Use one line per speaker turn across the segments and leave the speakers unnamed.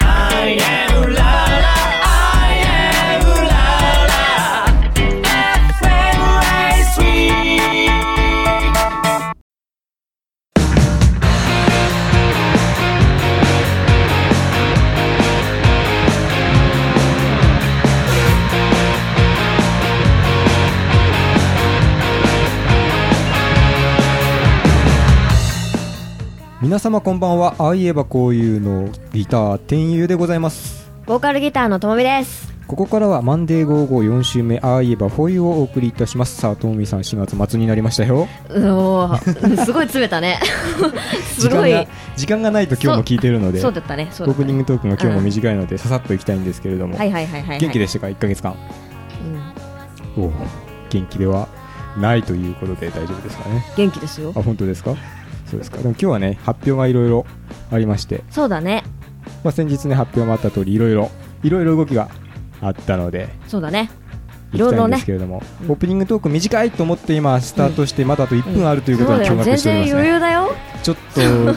I am la la, I am la la. FM ライスウィーク
皆様こんばんはああいえばこういうのギター天佑でございます
ボーカルギターのともみです。
ここからはマンデー554週目ああいえばフォーユーをお送りいたしますさあともみさん4月末になりましたよ
うおーうんすごい詰めたね。 す
時間
ごい
が。時間がないと今日も聞いてるので
そうだったね。そ
オ
う
ー
だった
プニン
ね
グトークが今日も短いので、ささっといきたいんですけれども、
はいはいはいはいはい。
元気で
で。
したか1か月間おう元気ではないということで大丈夫ですかね
元気ですよ
あ。本当ですかそうですかでも今日はね発表がいろいろありまして、
そうだね。
まあ、先日ね発表もあった通りいろいろいろいろ動きがあったので
そうだね。い
行
ろ
き
い
たい
ろ
ん
ね
ですけれども、
うん
オープニングトーク短いと思って今スタートしてまだあと1分あるという
そ
こ
う
とに
だよ
驚
全
愕しておりま
然
す
余
ね
裕だよ。
ちょっ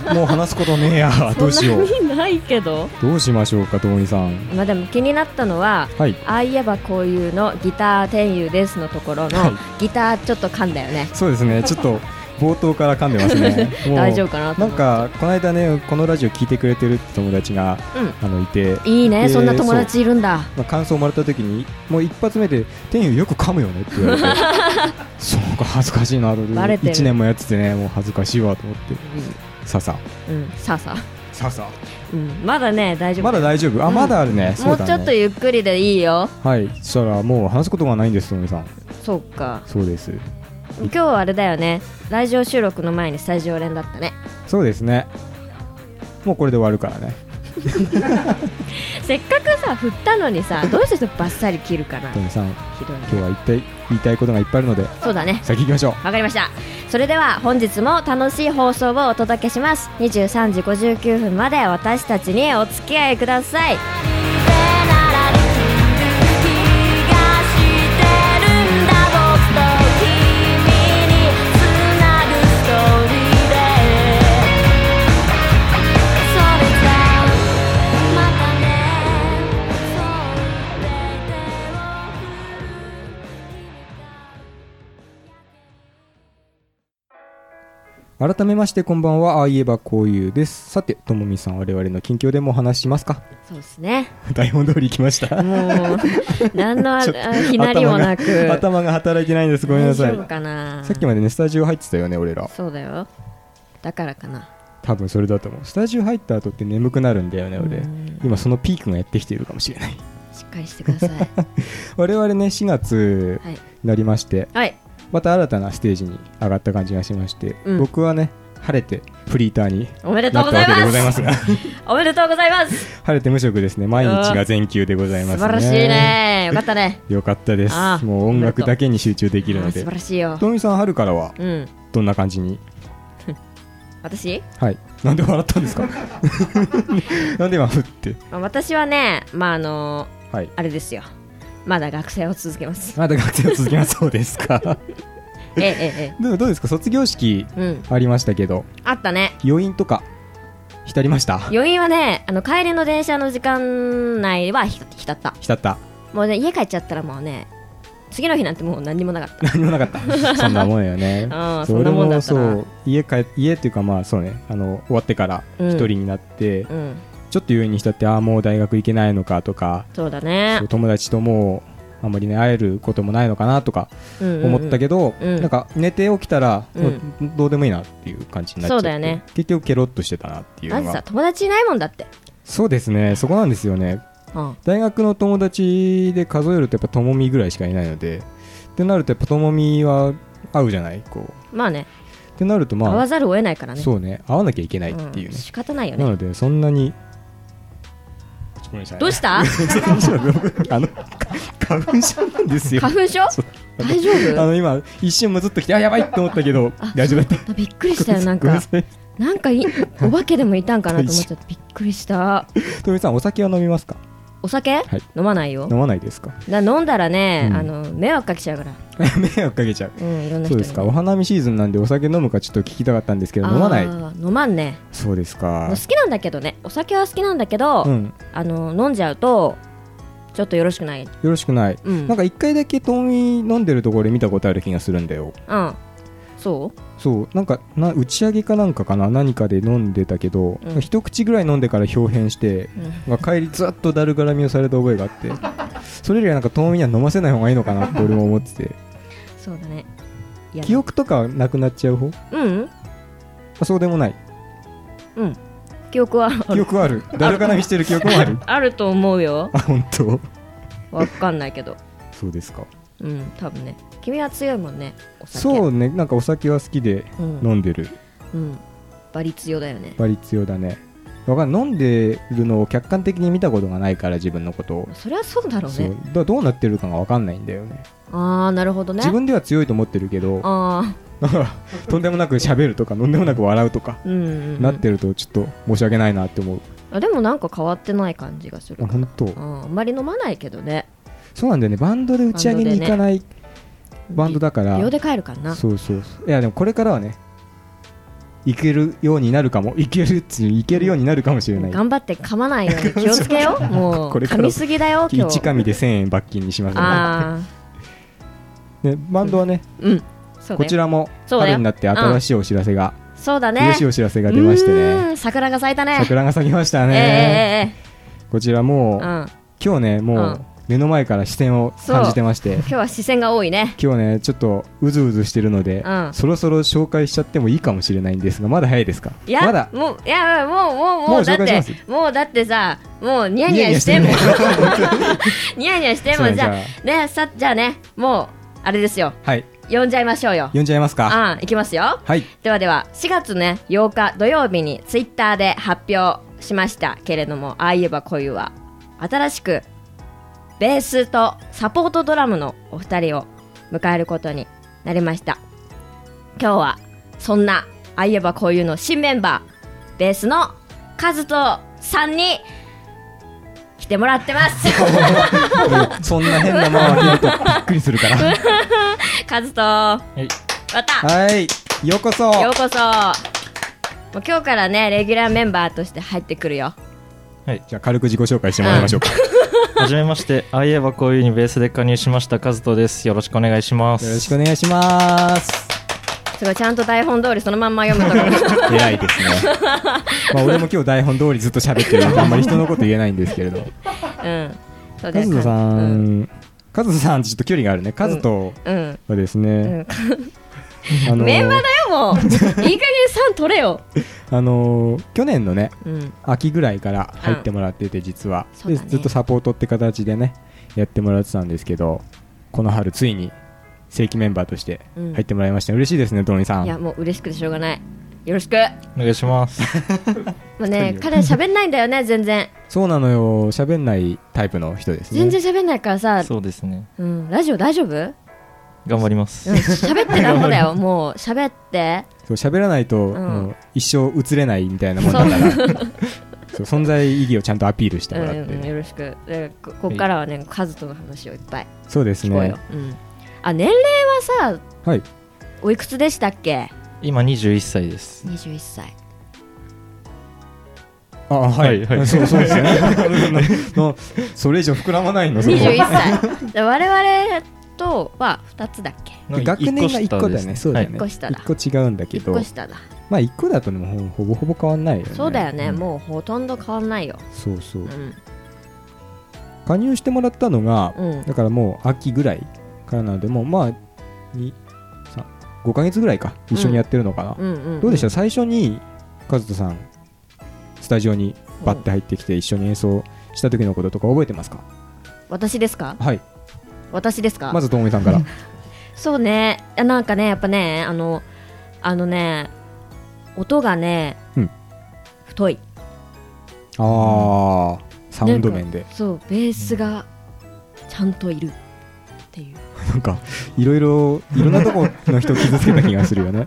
ともう話すことねえやどうしよう
そんなにないけど。
どうしましょうかともみさん
まあでも気になったのは。
はい
ああいえばこういうのギター天佑ですのところの、
はい
ギターちょっと噛んだよね
そうですねちょっと冒頭から噛んでますねもう
大丈夫かなと
なん
思って
かこの間ねこのラジオ聞いてくれてるって友達があのいて、
うんいいね、
で
そんな友達いるんだ
まあ、感想をもらった時にもう一発目で「天佑よく噛むよね」って言われ てそうか恥ずかしいなと思
バレてる
1年もやっててねもう恥ずかしいわと思ってささ
うん、うんさあさあ、
ささ
うん、まだね大丈夫
まだ大丈夫あ、
うん
まだあるね
も
そう
う
だ
ちょっと
ね
ゆっくりでいいよ
はいそしたらもう話すことがないんですともみさん
そうか
そうです
今日はあれだよねラジオ収録の前にスタジオ連だったね
そうですねもうこれで終わるからね
せっかくさ振ったのにさどうしてそれバッサリ切るかな
と
ひ
もみさん
どいな
今日は一体言いたいことがいっぱいあるので
そうだね
先行きましょう
わかりましたそれでは本日も楽しい放送をお届けします23時59分まで私たちにお付き合いください
改めましてこんばんはああいえばこういうですさてともみさん我々の近況でもお話ししますか
そうですね
台本通り行きました
も う何のあ
ちょっと
あひなりもなく
頭が 頭が働いてないんですごめんなさい
大丈夫かな
さっきまでねスタジオ入ってたよね俺ら
そうだよだからかな
多分それだと思うスタジオ入った後って眠くなるんだよね俺
うん
今そのピークがやってきているかもしれない
しっかりしてください
我々ね4月
はい、
になりまして
はい、
また新たなステージに上がった感じがしまして、
うん
僕はね晴れてフリーターに
おめでと
な
う
っ
ご
た
ざ
わ
い
けで
ま
ご
す
ざいます が
おめでとうございます
晴れて無職ですね毎日が全休でございます
素
ね
晴らしいねよかったね
よかったです
ああ
もう音楽だけに集中できる
あ
の
ー素
で
晴らしいよ
とみさん春からは
うん
どんな感じに
私、
はいなんで笑ったんですか なんで今ふって
まあ、私はねまああの
はい
ーあれですよまだ学生を続けま す
まだ学生を続けますそうですか
えええ
でもどうですか卒業式
えうん
ありましたけど
あったね
余韻とか浸りました
余韻はねあの帰りの電車の時間内はひ浸った
浸った
もうね家帰っちゃったらもうね次の日なんてもう何にもなかった
何もなかった そんなもんよ ね
うん
そう
そんなもんだったな
俺もそう家帰家っていうかまあそうねあの終わってから
うん
一人になって、
うん
ちょっと余韻に浸ってああもう大学行けないのかとか、
そうだね
そう友達ともうあんまりね会えることもないのかなとか思
思
ったけど、
うん
なんか寝て起きたら、
うん
もうどうでもいいなっていう感じになっちゃって
そうだよね
結局ケロッとしてたなっていう
だっ
の
てさ
が
友達いないもんだって
そうですねそこなんですよね
うん
大学の友達で数えるとやっぱともみぐらいしかいないのでってなるとやっぱともみは合うじゃないこう
まあね
ってなるとま
会
あ
わざるを得ないからね
そうね合わなきゃいけないっ
うん
ていうね、
仕方ないよ
な
ね
のでそんなにちょごめんなさい
どうした
あのか花粉症なんですよ
花粉症
そう
大丈
あ
夫
の今一瞬むずっときてあやばいって思ったけど大丈夫だっ
びっくりしたたよなん
ご めん
か
さい
なんかいお化けでもいたんかなと思っちゃってびっくりした
とみさんお酒は飲みますか
お酒、
い
飲まないよ
飲まないですか
だ飲んだらね、
うん
あの迷惑かけちゃうから
迷惑かけちゃう
うんいろんな人に
そうですかお花見シーズンなんでお酒飲むかちょっと聞きたかったんですけど飲まない
あー飲まんね
そうですか
好きなんだけどねお酒は好きなんだけど、
うん
あの飲んじゃうとちょっとよろしくない
よろしくない
うん
なんか一回だけともみ飲んでるところで見たことある気がするんだよ
うんそ
そうなんかな打ち上げかなんかかな何かで飲んでたけど、
うん
一口ぐらい飲んでから表変して、まあ帰りずっとだるがらみをされた覚えがあってそれよりはなんかともみには飲ませない方がいいのかなって俺も思ってて
うそうだねいや
記憶とかはなくなっちゃう方
うん
あそうでもない
うん記憶はあ
記
る
憶はあるだるがらみしてる記憶もある
あると思うよ
あ本当
わかんないけど
そうですか
うん多分ね君は強いもんねお酒、
そううねなんかお酒は好きで
うん
飲んでる、
うん、バリ強だよね
バリ強だねわかんない飲んでるのを客観的に見たことがないから自分のことを
そりゃそうだろう
そう
ね
だからどうなってるかが分かんないんだよね
ああなるほどね
自分では強いと思ってるけど
あ
とんでもなく喋るとかとんでもなく笑うとか
あうんうん、うん、
なってるとちょっと申し訳ないなって思う
あでもなんか変わってない感じがする
あ本当
うんあんまり飲まないけどね
そうなんだよねバンドで打ち上げに行かないバンドだから
秒で帰るからな
そうそうそういやでもこれからはね行けるようになるかも 行けるっつう行けるようになるかもしれない
頑張って噛まないように気をつ けようもう
これか
噛
ら
みすぎだよ今
一
日
紙で1000円罰金にしますの
ああ
で、ね、バンドはね、
うんそう
こ
だ
ち
よ
らも
そうだよ
春になって新しいお知らせが、
そうだね
嬉しいお知らせが出まして
う
ね
ーん桜が咲いたね
桜が咲きましたね、
ええ
こちら
えええ
もう、
えうん
今日ねも
う
うん目の前から視線を感じてまして
今日は視線が多いね
今日ねちょっとうずうずしてるので、
うん
そろそろ紹介しちゃってもいいかもしれないんですがまだ早いですか
いや、
まだ
もういやもうもう
も
も
う
うだっ
紹介
て
しま
もうだってさもうニヤニヤしても ニヤニヤして
そう
も
ね
じゃあねさじゃあねもうあれですよ
はい
呼んじゃいましょうよ
呼んじゃいますか
うんいきますよ
はい
ではでは4月ね8日土曜日にツイッターで発表しましたけれどもああいえば恋は新しくベースとサポートドラムのお二人を迎えることになりました今日はそんなああいえば恋の新メンバーベースのカズトさんに来てもらってます
うんそんな変なものを見るとびっくりするから
カズトま
い
た
はいようこそ
ようこそもう今日からねレギュラーメンバーとして入ってくるよ
じゃあ軽く自己紹介してもらいましょうか、
はじめまして、ああいえばこういうにベースで加入しましたカズトです。よろしくお願いします。
よろしくお願いし ます
すごいちゃんと台本通りそのまんま読むとこ
偉いですねまあ俺も今日台本通りずっと喋ってるんであんまり人のこと言えないんですけれど
うんそうだ
カ
よ
ズトさ、
うんん
カズトさんちょっと距離があるねカズト
うん、
はです
う
ね、
ん、
あのー
メンバーだよもういい加減さん取れよ、
あのー去年のね
うん、
秋ぐらいから入ってもらってて実は、
そうだね
でずっとサポートって形でねやってもらってたんですけどこの春ついに正規メンバーとして入ってもらいました、嬉しいですねトニーさん
いやもう嬉しくてしょうがないよろしく
お願いします。
もうね彼喋んないんだよね全然
そうなのよ喋んないタイプの人ですね
全然喋んないからさ、
そうですね。
うん、ラジオ大丈夫うん
頑張ります。
喋ってなんぼだよもう喋って
そう喋らないと、
ん
もう一生映れないみたいなもんだ からそう存在意 義をちゃんとアピールして
うん
もらって、
うん、よろしくでここっからはねカズとの話をいっぱい
そうです
聞こう
ね
よ、うん、あ年齢はさ
はい
おいくつでしたっけ
今21歳です。
21歳
あはい、
はいは い
そうそうですよねのそれ以上膨らまないのそこ
21歳で我々とは2つだっけ
で学年が1個だよね、そうだよね。
一個下だ
一個違うんだけ
1
ど
個、下だ
まあ1個だとね、ほほぼほぼ変わんないよね。
そうだよね、
ん
もうほとんど変わんないよ
そうそう
う。ん
加入してもらったのが、
うん
だからもう秋ぐらいからなので、もうまあ、にさ5ヶ月ぐらいか、一緒にやってるのかな。
うんうん、うん、
どうでした最初に、和人さん、スタジオにバッて入ってきて、一緒に演奏した時のこととか覚えてますか
私ですか
はい。
私ですか、
まず、ともみさ んから。
そうねいやなんかねやっぱねあのあのね音がね、
うん
太い
ああ、サウンド面で。
そうベースがちゃんといるっていう
なんか、いろいろ、いろんなとこの人を傷つけた気がするよね。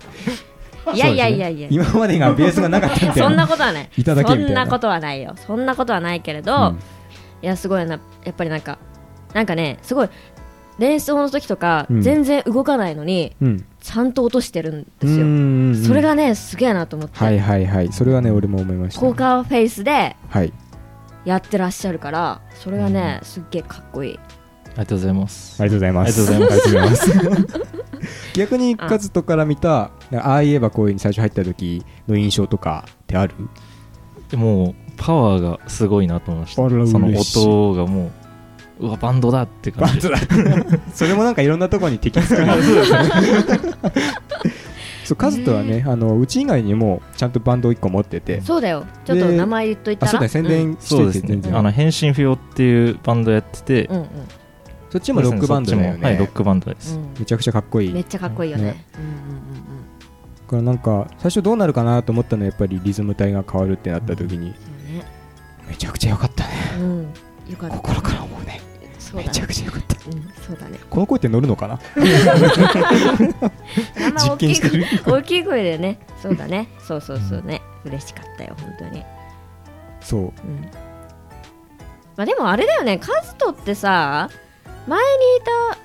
いやいやいやい
そう
や、
ですね今までがベースがなかったみたいな
そんなことはない
いただけみたいな
そんなことはないよそんなことはないけれど、
うん
いやすごいなやっぱりなんかなんかねすごい練習の時とか、
うん
全然動かないのに
うん
ちゃんと落としてるんで
う
すよ、
んうん
それがねすげえなと思って、
はいはいはいそれはね俺も思いました
ポーカーフェイスで
はい
やってらっしゃるからそれがね、すっげえかっこいい
りがとうございます
ありがとうございます
ありがとうございます
逆にカズトから見たああ言えばこういうに最初入った時の印象とかってある
もうパワーがすごいなと思いました
あら
その
嬉しい
音がもううわバンドだって感
バン
じ
ドだ それもなんかいろんなとこに敵つかない そうカズトはねあのうち以外にもちゃんとバンドを1個持ってて
そうだよちょっと名前言っといた
あ
ら
そうだね宣
ん
伝し
そう
と
で
いて
すね
全。然、
あの変身不要っていうバンドやってて、
うんうん
そっちもロックバンドだよ
そっちもはい、ロッ
ね
クバンドです。
うん
めちゃくちゃかっこいい
めっちゃかっこいいよね
ね
うんうん
だからなんか最初どうなるかなと思ったのはやっぱりリズム体が変わるってなった時に
うんうん
めちゃくちゃ良かったね
そうねうんよかった
心から思うね
そう
め
だ
ちゃ
ね
くちゃ良かった
うんそうだね
この声って乗るのかな
あんま大
実
き
験
い
して
声
る
大きい声でねそうだねそうそうそうね嬉しかったよ本当に
そう
うんまあでもあれだよねカズトってさ前にいた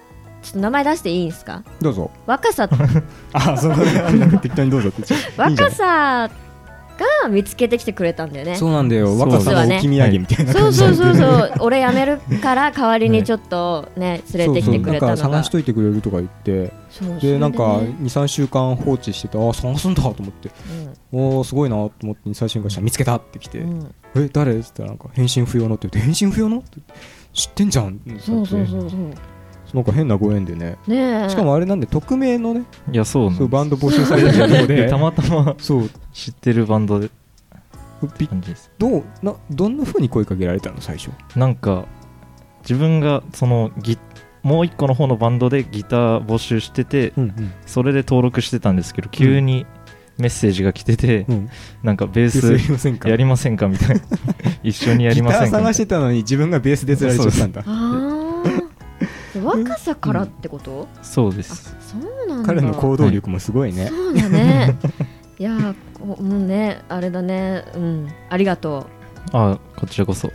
ちょっと名前出していいんですか
どうぞ
若さ
あそうだ適当にどうぞっていいんじゃ
若
ない
さが見つけてきてくれたんだよね
そうなんだよ
そう
若さの置き土産みたいな
そう
感じ
そうそうそう俺やめるから代わりにちょっとね連れてきてくれたのが
そうそうなんか探しといてくれるとか言って
そうそれ
でなんか
ね
23週間放置しててあ探すんだと思っておーすごいなと思って23週間したら見つけたって来て
うんうん
え誰って言ったらなんか返信不要のって言って返信不要のって知ってんじゃんって
そうそう
う
そうそう
なんか変なご縁でね
ねえ
しかもあれなんで匿名のね
いや、そうなん
そう
で
バンド募集されてるの
す で
で
たまたま
そう
知ってるバンドで
び
感じです。
どうなどんな風に声かけられたの最初
なんか、自分がそのギもう一個の方のバンドでギター募集してて、
うん
それで登録してたんですけど、急にメッセージが来てて、
うん
なんかベー
す
ス
いませんか
やりませんかみ たいな。一緒にやりませ
ギター
んかみたい
探
な
してたのに自分がベースで釣られちゃったんだ
ああ若さからってこと
そうで
あ
す。
そうなんだ
彼の行動力もすごいね、
そうだねいやーこううんねあれだねうんありがと
あこちらこそ。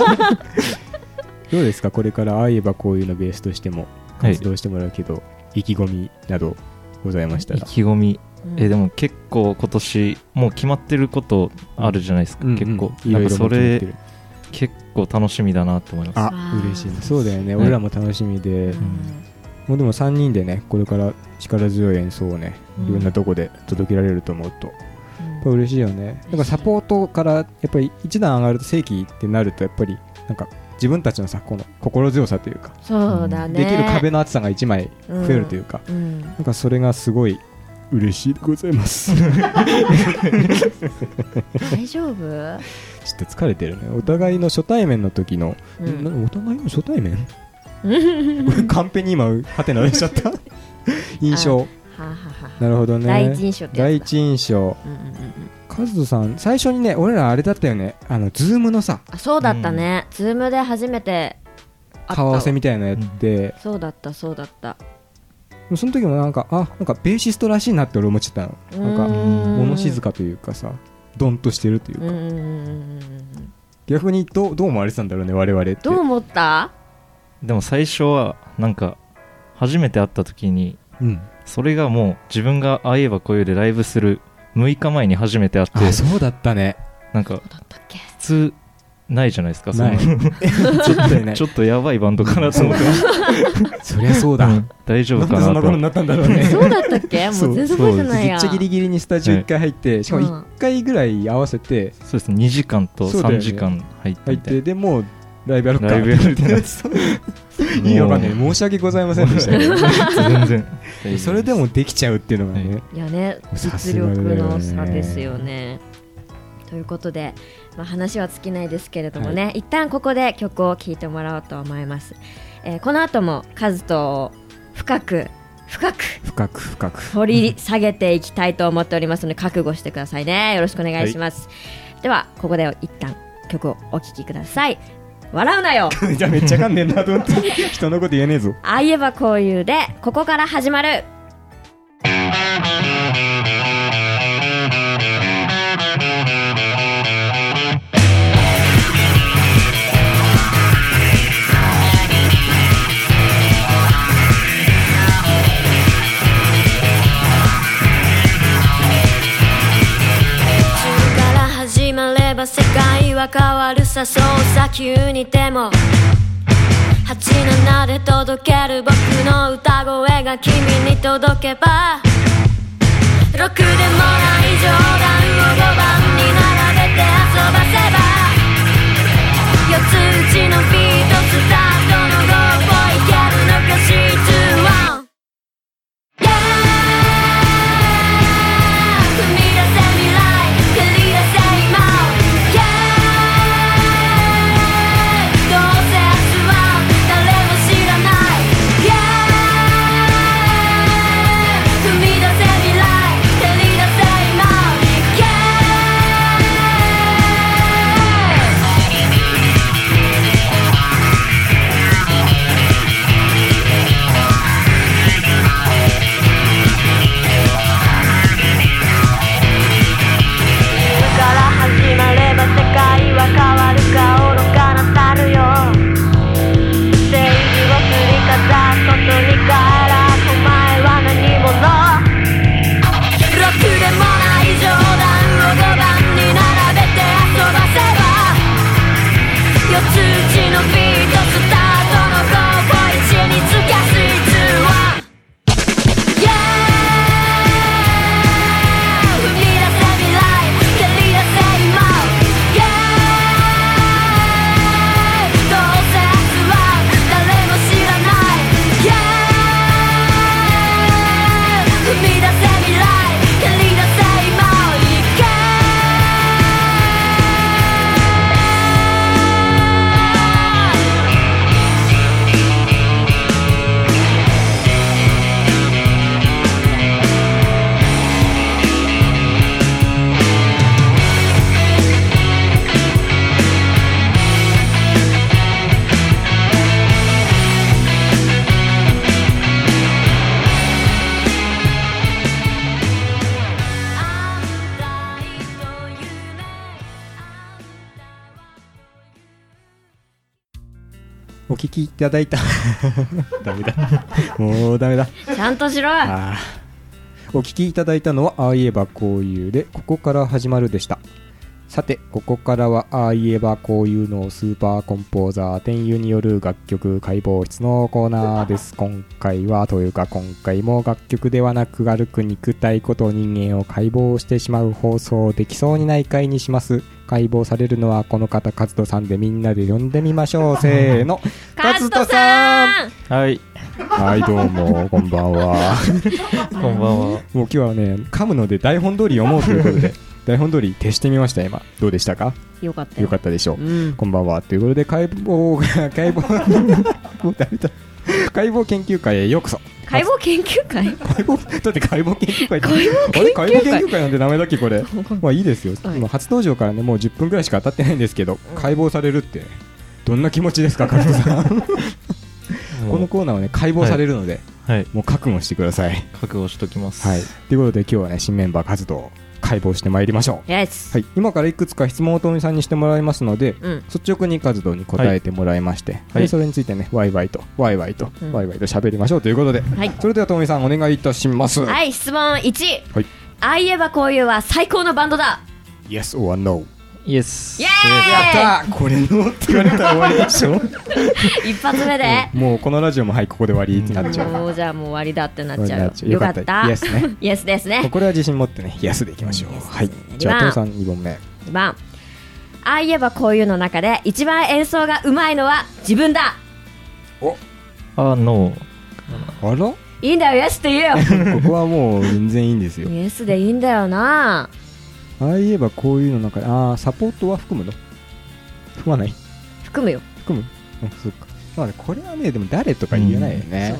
どうですかこれからああ言えばこういうのベースとしても
はい
活動してもらうけど、意気込みなどございました
意
ら
気込み。
う、うん
えでも結構今年もう決まってることあるじゃないですか、結構
い
な
ろ
ん
いろ
かそ
持って
れ
る
結構楽しみだなと思います
あ嬉しいねそうだよね、
はい
俺らも楽しみで、
うん
もうでも3人でねこれから力強い演奏をね
うん
いろんなとこで届けられると思うと、やっぱ嬉しいよねだからサポートからやっぱり一段上がると正規ってなるとやっぱりなんか自分たちのさこの心強さというか、
そうだね
できる壁の厚さが1枚増えるというか、
うん
なんかそれがすごい嬉しいでございます ちょっ
大丈 夫、
と疲れてるねお互いの初対面の時の、
うん
なお互いの初対 面俺カンペに今ハテナ出しちゃった 印象
はあはあはあ
なるほどね
第一印象ってやつだ
第一印象
うんうんうんうん
カズトさん最初にね俺らあれだったよねあのズームのさ
あそうだったね、ズームで初めて会った
顔合わせみたいなのやって、
そうだったそうだった
その時もなんかあなんかベーシストらしいなって俺思っちゃったのなんか物静
か
かというかさドンとしてるという
う
か、
んうんうんうんうんうん
逆にどうどう思われてたんだろうね我々って
どう 思った
でも最初はなんか初めて会った時に
うん、
それがもう自分がああ言えばこういうでライブする6日前に初めて会って
あそうだったね
なんか
どうだったっけ
普通ないじゃないですかその
ない ちょっとね
ちょっとやばいバンドかなと思って
そりゃそうだ、
うん 大丈夫か
なんでそん
な
なことになったんだろう
そ
ね
うだったっけもう全然覚えてない
め
や
っちゃギリギリにスタジオ1回入って、しかも1回ぐらい合わせて
そうです2時間と
そうだよね
3時間入っ
入
てみ
った
い
てでもうライブやろうか
ライブやるってなって
意味わかんない申し訳ございませんでしたけど
全然
それでもできちゃうっていうのがね、
いやね
さ
実
すがだ
力
よね
の差ですよね。ということで、まあ、話は尽きないですけれどもね、一旦ここで曲を聴いてもらおうと思います。えーこの後もカズトを深く深く
深く深く
掘り下げていきたいと思っておりますので覚悟してくださいねよろしくお願いします、ではここで一旦曲をお聴きください笑うなよ
じゃあめっちゃかんねんなと思って人のこと言えねえぞ
ああ言えばこういうでここから始まる
「あ
誘うさ急にでも87で届ける僕の歌声が君に届けばろくでもない冗談を5番に並べて遊ばせば四つ打ちのビートスタートのローをいけるのかシーズンワン踏み出せ未来繰り出せ今 Yeah どうせ明日は誰も知らない Yeah 踏み出せ未来照り出せ今 Yeah
から始まれば世界は変わるか愚かな猿よ正義を振りかざすことに変えらお前は何者
ろくでもない冗談を5番に並べて遊ばせば四つ打ちのビートスタートの5を1につけスイーツは Yeah 踏み出せ未来蹴り出せ今 Yeah どうせ明日は誰も知らない Yeah 踏み出せ未来蹴り出せ今を行け安泰と夢安泰
お聞きいただいた ダメだ もうダメだ
ちゃんとしろよ
あ ーお聞きいただいたのは「ああいえばこういう」で「ここから始まる」でしたさてここからは「ああいえばこういう」のスーパーコンポーザー天佑による楽曲解剖室のコーナー です今回はというか今回も楽曲ではなく歩く肉体こと人間を解剖してしまう放送できそうにない回にします解剖されるのはこの方カズトさんでみんなで呼んでみましょ うせーの
カズトさん
はい、
はいどうもこんばんは
こんばん
もう
は。
今日はね噛むので台本通り読もうということ で台本通り徹してみました今どうでしたか
よかった
よ
よ
かったでしょう、
うん
こんばんはということで解剖 解剖もうダメだ解剖研究会へようこそ
解剖研究会
解剖だって解剖研究会って
解剖研究会
あれ解剖研究会なんて名前だっけこ れまあいいですよ、
はい
まあ初登場からねもう10分ぐらいしか当たってないんですけど、解剖されるってどんな気持ちですか加藤 さんこ
も
の
う
コーナーはね解剖されるので、
はい、
もう覚悟してください
覚悟しときます。
はい、ということで今日はね新メンバー活動を解剖してまいりましょう、
イエス
はい、今からいくつか質問をとみさんにしてもらいますので、
うん
率直に活動に答えてもらいまして、
はい
でそれについてねワイワイとワイワイと、
うん
ワイワイと喋りましょうということで、
はい
それではとみさんお願いいたします、、
はいい質問1
はい
あいえばこういうは最高のバンドだ
Yes or No
イエス。
イエー
あこれのって言われたら終わりで しょ
イ一発目で
もうこのラジオもはいここで終わりってなっちゃう、
もうじゃあもう終わりだってなっち
終わり
ゃ
にな
う
っちゃ
よ
う
よかった
よかったイ エスね
イエスです
もう
ね
これは自信持ってね Yes でいきましょう、はいじゃあとみさん2本目
2番ああいえばこういうの中で一番演奏がうまいのは自分だ
あ、ノー。
あらこ
いいんだよイエスって言えよ
こはもう全然いいん ですよ
イエスでいいんだよな
ああいえばこういうのなんかああサポートは含むの含まない
含むよ
含むあそっかまあねこれはねでも誰とか言えないよね、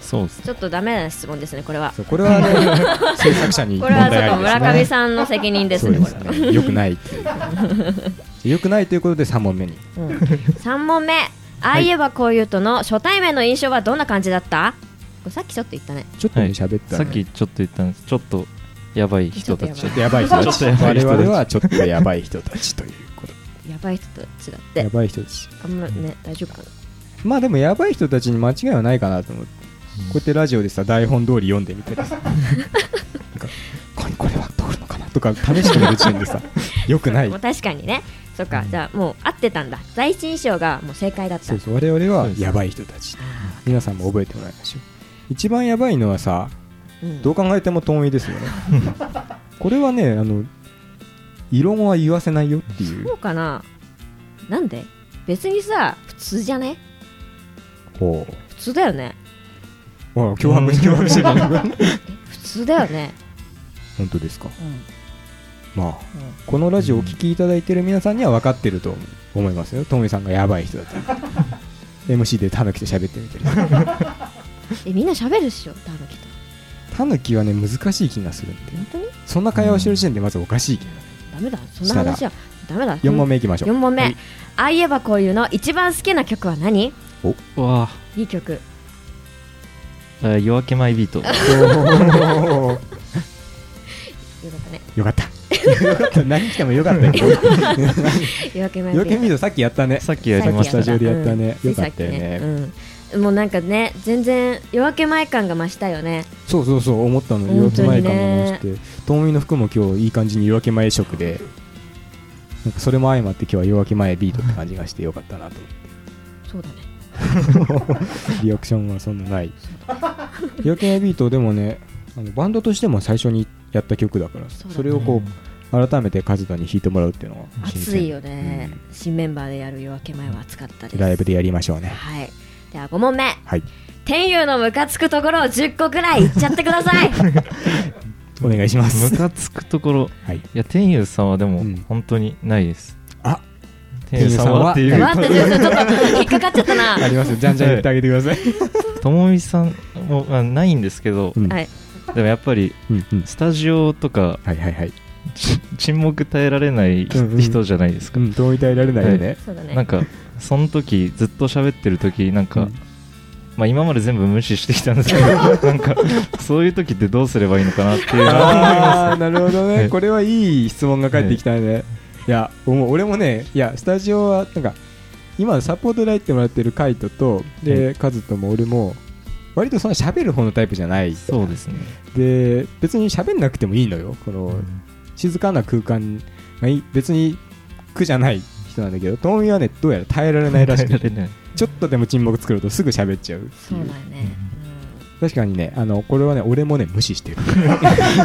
そう
そうですね。
ちょっとダメな質問ですねこれは
そうこれはね 制作者に
こ
問
れ
題あ
は
りです
ちょっ
ね
と村上さんの責任です
そう
ね
で
こ
す
れ
ねよくないっていうよくないという ことで3問目に
3問目ああいえばこういうとの初対面の印象はどんな感じだったこれさっきちょっと言ったね
ちょっと
は
ね
い、
喋った
さ
ね
っきちょっと言ったんです。ちょっとやばい人たち。
ちょっ
ちょっとやばい人たち
ちょっとやばい
我
人たち
々はちょっとやばい人たちということ
やばい人たちだっ
でや
て
ばい人たち
あんまね大丈夫かな
まあでもやばい人たちに間違いはないかなと思って、こうやってラジオでさ台本通り読んでみてさなんかこれこれは通るのかなとか試してみる時点でさよくない
まあ確かにねそっか、じゃあもう合ってたんだ第一印象がもう正解だった
そうそう我々は
そうです
やばい人たち皆さんも覚えてもらいましょう一番やばいのはさ
うん
どう考えても遠い ですよねこれはねあの異論は言わせないよってい
そううかななんで別にさ普通じゃね
ほ
普通だよね
うあ脅迫して脅迫して た
普通だ よね
本当ですか
うん
まあ、このラジオをお聞きいただいてる皆さんには分かってると思いますよトミさんがやばい人だった MC でタヌキと喋ってみてる
えみんな喋るっしょタヌキと
タヌキはね難しい気がするんで
本当に
そんな会話をしてる時点でまずおかしい気が
ダメだそんな話はダメだ
4問目いきましょう
4問目、
はい
ああいえばこういうの一番好きな曲は何
うわ
いい曲
あ夜明けマイビート
おー
よかったね
よかったよかった 何来てもよかったよ
夜明け前
よけみるさっきやったね
さっきやり
さっ
ま
き
し
スタ
た
ジオでやったね
うん
よかったよね
ついさきうんもうなんかね全然夜明け前感が増したよね
そうそうそう思ったの夜明
本
け
当に
前
ね
かもして遠見の服も今日いい感じに夜明け前色でなんかそれも相まって今日は夜明け前ビートって感じがしてよかったなと
そうだね
リアクションはそんな ない夜明け前ビートでもねあのバンドとしても最初にやった曲だから
そうだ
そ
ね
れをこう改めて数田に弾いてもらうっていうのは新鮮
熱いよね、
うん
新メンバーでやる夜明け前は熱かったです
ライブでやりましょうね
はいでは5問目
はい
天佑のムカつくところを10個くらい言っちゃってください
お願いします
ムカつくところ
はい
いや天佑さんはでも
うん
本当にないです、
あ
天佑さんはってい
天
う
待ってちょっとちょっと引っかかっちゃったな
ありますよじゃんじゃん言ってあげてください
ともみさんも、まあ、ないんですけど、
うん
はい
でもやっぱり
うんうん
スタジオとか
はいはいはい
ち沈黙耐えられない
うんうん
人じゃないですか、
うんどういたいられないよね
そうだね
なんかその時ずっと喋ってる時なんか、
うん
まあ、今まで全部無視してきた んですけどなんかそういう時ってどうすればいいのかなっていうのは
ああ なるほど
は
ね
い
これはいい質問が返ってきたねいやもう俺もねいやスタジオはなんか今サポートで入ってもらってるカイトとでカズとも俺も割とそんな喋る方のタイプじゃない
そうですね
で別に喋んなくてもいいのよこの静かな空間がいい別に苦じゃない人なんだけどトモミはねどうやら耐えられないらし
耐えら
く
れ
て
ない
ちょっとでも沈黙作るとすぐ喋っちゃうって
そ
いうう
だよね、
確かにねあのこれはね俺もね無視してる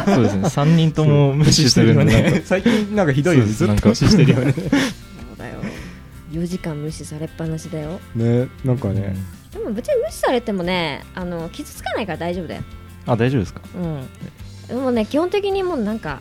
そうですね3人とも無視してるんでなんか
ね 最近なんかひどいよねず
そう
っ
です
と無視してるよね
うんそうだよ4時間無視されっぱなしだよ
ねなんかね、
でも別に無視されてもねあの傷つかないから大丈夫だよ
あ大丈夫ですか
うんでもね基本的にもうなんか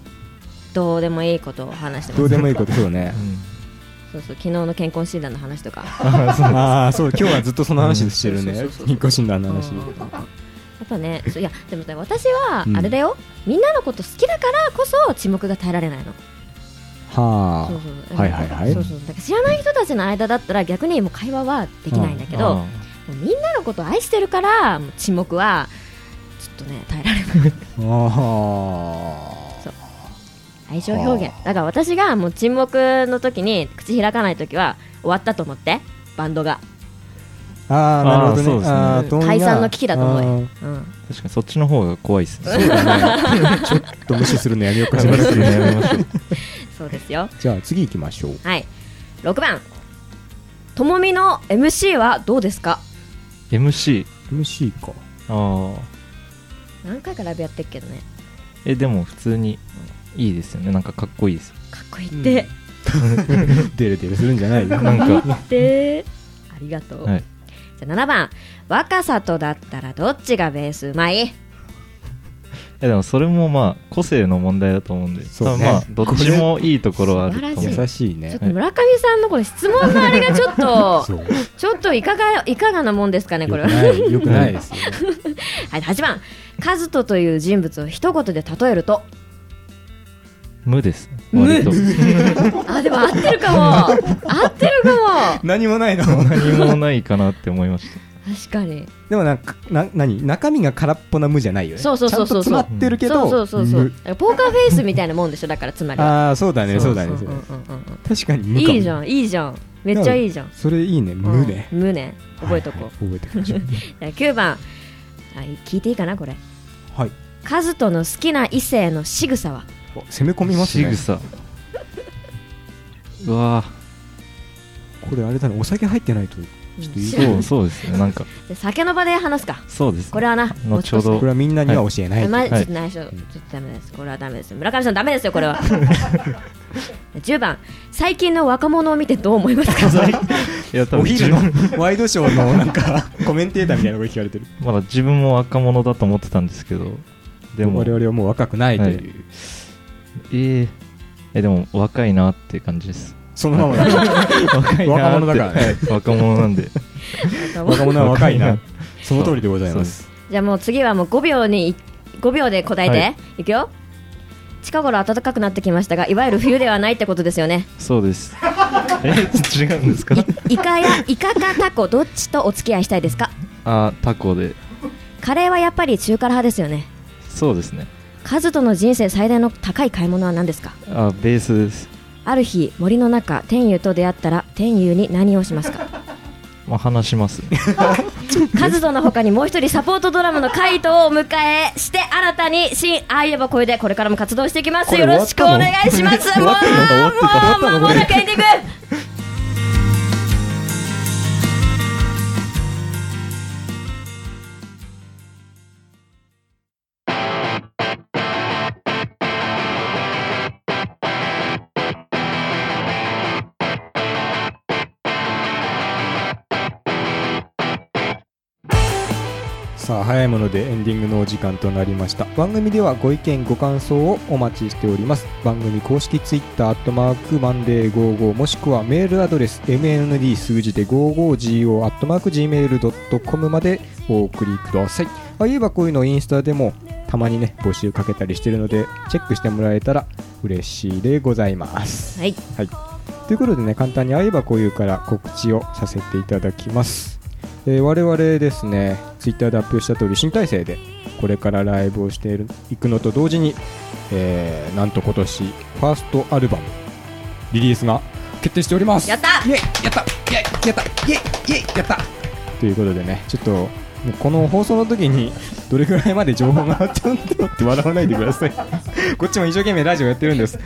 どうでもいいことを話してます
どうでもいいことそうね
そうそう昨日の健康診断の話とか
ああそう今日はずっとその話してるね引っ越しんだの話
うんやっぱねそういやでもね私は
うん
あれだよ、みんなのこと好きだからこそ沈黙が耐えられないの
は
そうそうそう
はいはいはい
そうそうだから知らない人たちの間だったら逆にもう会話はできないんだけども
あ
うみんなのことを愛してるからもう沈黙はちょっとね耐えられな
あ
い
あ
そう愛情表現だから私がもう沈黙の時に口開かない時は終わったと思ってバンドが
ああなるほどね
あーそうですね
あー遠いな
解散の危機だと思ううん
ー確かにそっちの方が怖いです
あー
ね
そうだねちょっと無視するのやめようかし
し
ばら
ばら
く
くや めましょう
そうですよ
じゃあ次行きましょう
はい6番ともみの MC はどうですか
MC
MC か
ああ
何回かライブやってるけどね
えでも普通にいいですよねなんかかっこいいです
かっこいいって、
デレデレするんじゃないよ
なん か
でありがとう、
はい
じゃあ7番若さとだったらどっちがベースうまい
えでもそれもまあ個性の問題だと思うんで、
そうね
まあどっちもいいところはあると思
素晴らし
う
優しい
ちょっ
ね
と村上さんのこれ質問のあれがちょっと
そう
ちょっといかがいかがなもんですかね
よく
これは
ないよくないですよね
はい、8番カズトという人物を一言で例えると
無です
無
割と
あでも合ってるかも合ってるかも
何もないの
何もないかなって思いました
確かに
でもなんかな何中身が空っぽな無じゃないよね
そうそうそうそう
ちゃんと詰まってるけ
そ
ど
うそうそうそう
無
だからポーカーフェイスみたいなもんでしょだからつまりは
ああそうだねそうだね
ん
そうだ
ん
ね
うんうん
確かに無かも
いいじゃんいいじゃんめっちゃいいじゃん
それいいね無ね
うん無ね覚えとこう
はいはい覚えておき ましょう
じゃあ9番あ聞いていいかなこれ
はい
カズトの好きな異性の仕草は
お攻め込みます
仕
ね
草うわ
これあれだねお酒入ってないとちょっといい
知ら
そうそうですねなんか
で酒の場で話すか
そうですね
これはな
後ほど
これはみんなには教えない、
まちょっと
は
内緒、ちょっとダメです。これはダメです。村上さんダメですよ、これは。10番、最近の若者を見てどう思います か
いや多分
お
自
昼の
分
ワイドショーのなんかコメンテーターみたいなこと聞かれてる
まだ自分も若者だと思ってたんですけどでも
我々はもう若くないという、
えーえでも若いなって感じです
そのままだ
若いなーっ て
若者だからね
はい若者なんで
若者は若いな
若
その通りでございます
じゃあもう次はもう5秒に、5秒で答えて、、
はい
くよ。近頃暖かくなってきましたが、いわゆる冬ではないってことですよね。
そ うですえ違うんですか
イカや、イカかタコ、どっちとお付き合いしたいですか
あタコで
カレーはやっぱり中辛派ですよね。
そうですね
カズとの人生最大の高い買い物は何ですか
あベースです、
ある日、森の中、天佑と出会ったら、天佑に何をしますか
まあ、話しますね
カズドの他にもう一人サポートドラムのカイトを迎えして新たに新あいえば声でこれからも活動していきます
こ
よ
れ終
ろ
わっ
しく
た
お
の
願いしますもうもうもうもうエンディング
さあ早いものでエンディングのお時間となりました番組ではご意見ご感想をお待ちしております番組公式ツイッターアットマークマンデー55もしくはメールアドレス MND 数字で 55go アットマーク Gmail.com までお送りくださいあいえばこういうのインスタでもたまにね募集かけたりしてるのでチェックしてもらえたら嬉しいでございます
はい
ということでね簡単にあえばこういうから告知をさせていただきます、えー我々ですねツイッターで発表した通り新体制でこれからライブをしているいくのと同時に、えーなんと今年ファーストアルバムリリースが決定しております
やった
イエイやったイエイやったイエイイエイやったということでねちょっともうこの放送の時に どれぐらいまで情報があったんだろうって笑わないでください こっちも一生懸命ラジオやってるんです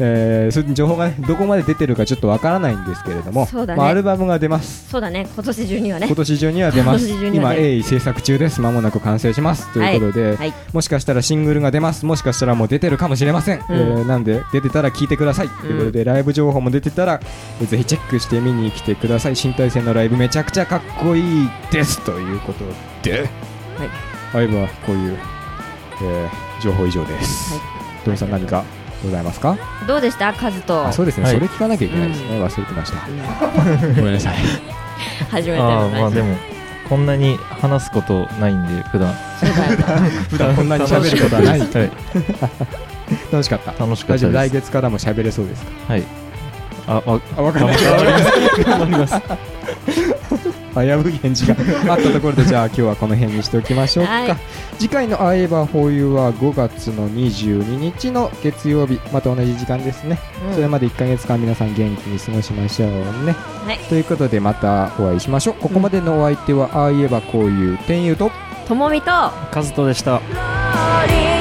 えー、それに情報がねどこまで出てるかちょっとわからないんですけれども、
そうだね
まあ、アルバムが出ます
そうだね今年中にはね
今年中には出ます
今年中には
今
ね
鋭意制作中ですまもなく完成しますということで、
はいはい
もしかしたらシングルが出ますもしかしたらもう出てるかもしれません、えーなんで出てたら聞いてください、ということでライブ情報も出てたらえーぜひチェックして見に来てください新体制のライブめちゃくちゃかっこいいですということではいはこういう、えー情報以上です、
は
トミさん何かございますか
どうでしたカズと
あそうですね、
はい
それ聞かなきゃいけないですね、忘れてました、 ごめんなさい
初めて
あ
の
あまあ
ラジ
でもこんなに話すことないんで普段
普段こんなに喋ることはない
楽しかったです
楽しかった大丈夫
はい楽しかったです
来月からも喋れそうです
はいあわ
あ、わかんない。
頑
頑張ります。危うい返事があったところで、じゃあ今日はこの辺にしておきましょうか。
はい
次回の「あえばホユは5月の22日の月曜日、また同じ時間ですね。
うん
それまで1ヶ月間皆さん元気に過ごしましょうね。
はい
ということでまたお会いしましょう。ここまでのお相手は、ああ言えばこういう天佑と
オともみと
カズトでした
「ローリー